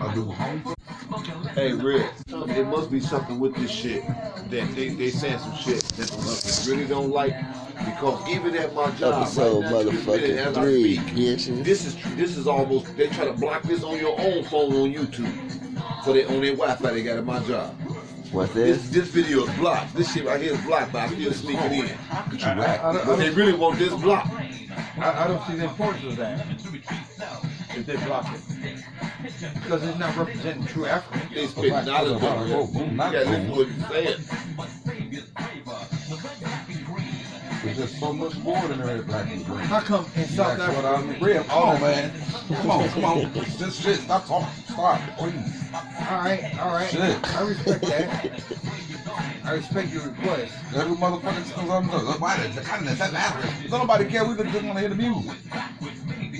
I do homework. Hey Rick, it must be something with this shit that they they saying some shit that the motherfuckers really don't like because even at my job, Episode right now, even motherfucking as I three, speak, bitches. this is this is almost they try to block this on your own phone on YouTube for their on their Wi-Fi they got at my job. What's This this? this video is blocked. This shit right here is blocked, but I still sneak it in. You right. I, don't- But I they don't, really want this blocked. I, I don't see the importance of that. If they block it. Because it's not representing true Africa. They spit knowledge on you. You gotta listen to what you saying. There's just so much more than every black and green. How come in South That's what Africa? Oh, I mean. Real, come on, man. Come on, come on. This shit, stop talking. Stop, please. All right, all right. Shit. I respect that. I respect your request. Every motherfucker says I'm good. Why did the continent that's Africa? Nobody care. We just want to hear the music.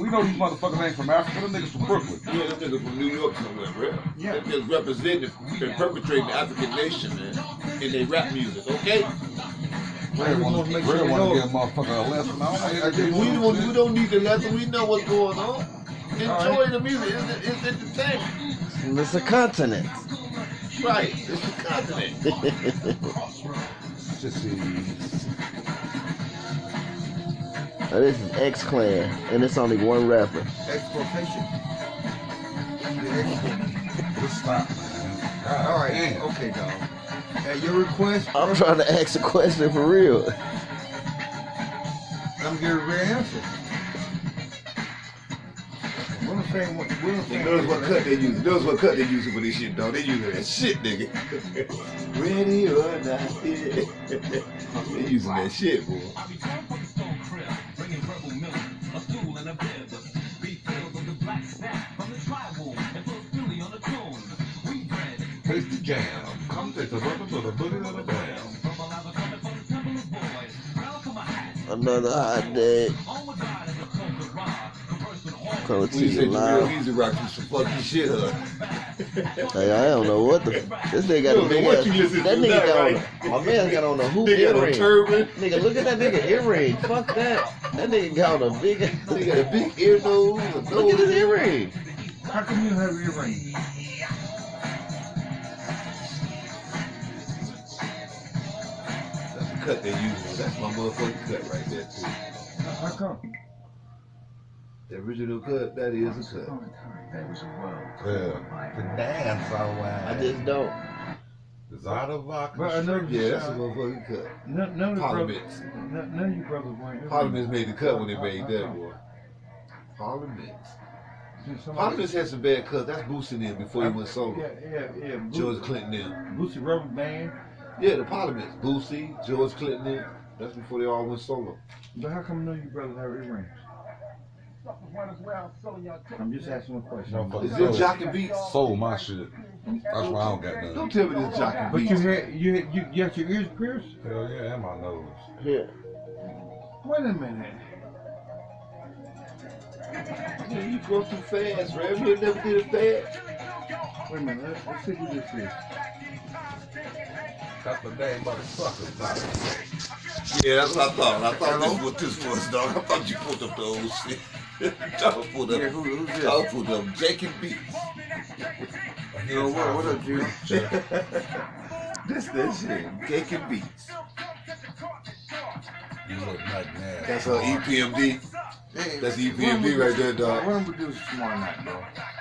We know these motherfuckers ain't from Africa. Them niggas from Brooklyn. Yeah, this nigga from New York somewhere, bro. Yeah. They just representing and perpetrating the African nation, man, in their rap music, okay? Real want wanna to make give sure you know. a motherfucker a lesson. I We don't know. don't, we don't need the lesson. We know what's going on. Enjoy the music. It's, it's entertainment. It's a continent. Right. It's a continent. Sissies. Now, this is X Clan, and it's only one rapper. Exploitation. The export. Just stop, man. God All right. damn. Okay, dog. At your request, I'm trying to ask a question for real. I'm getting a real answer. We're the same. We're the same. Notice what cut they use. Notice what cut they using for this shit, dog. They using that shit, nigga. Ready or not, yeah. they using that shit, boy. Taste the jam. Come taste the rubber to the booty of the bam. Another hot day. Coming to We you said you real live. easy rock you some fucking shit, huh? Hey, I don't know what the. This nigga got Yo, a man, big what ass. you listen That to nigga now, got on. right? a- My man got on a hoop Nigga got a earring. turban. Nigga, look at that nigga earring. Fuck that. That nigga got on a big. They got a big ear nose. a Look at nose. his earring. How come you have your ring? That's the cut they use. That's my motherfucking cut right there too. How come? The original cut, that is a cut. Yeah. The dance all I just don't. Zada vodka. But I know- Yeah, that's a motherfucking cut. None, none of the brothers. Parliaments. None, none of you brothers Uh-huh. wearing earrings. Parliaments made the cut when they made that boy. Parliaments. Dude, somebody- Parliaments had some bad cuts. That's boosting in before he went Yeah, solo. yeah, yeah. Boosie, George Clinton them. Boosie rubber band. Yeah, the Parliaments. Boosie, George Clinton them. That's before they all went solo. But how come none of you brothers have earrings? I'm just asking a question. Motherfucker. Is this Jock and Beats? Sold my shit. That's why I don't got none. Don't tell me this Jock and But you Beats. had you had you, you got your ears pierced? Hell yeah, and my nose. Here. Wait a minute. Man, you grow too fast, right? You never did it fast. Wait a minute. Let's, let's see who this is. That's the damn motherfucker. Zada. Yeah, that's what I thought. I thought this was what this was, dog. I thought you pulled up the old shit. Dog pulled up. who's Dog pulled up Jake and Beats. Yo, what, what up, Jim? This that shit. Jake and Beats. You look like man. E That's E her EPMD. That's EPMD right there, dog. What I'm gonna do is tomorrow night, bro?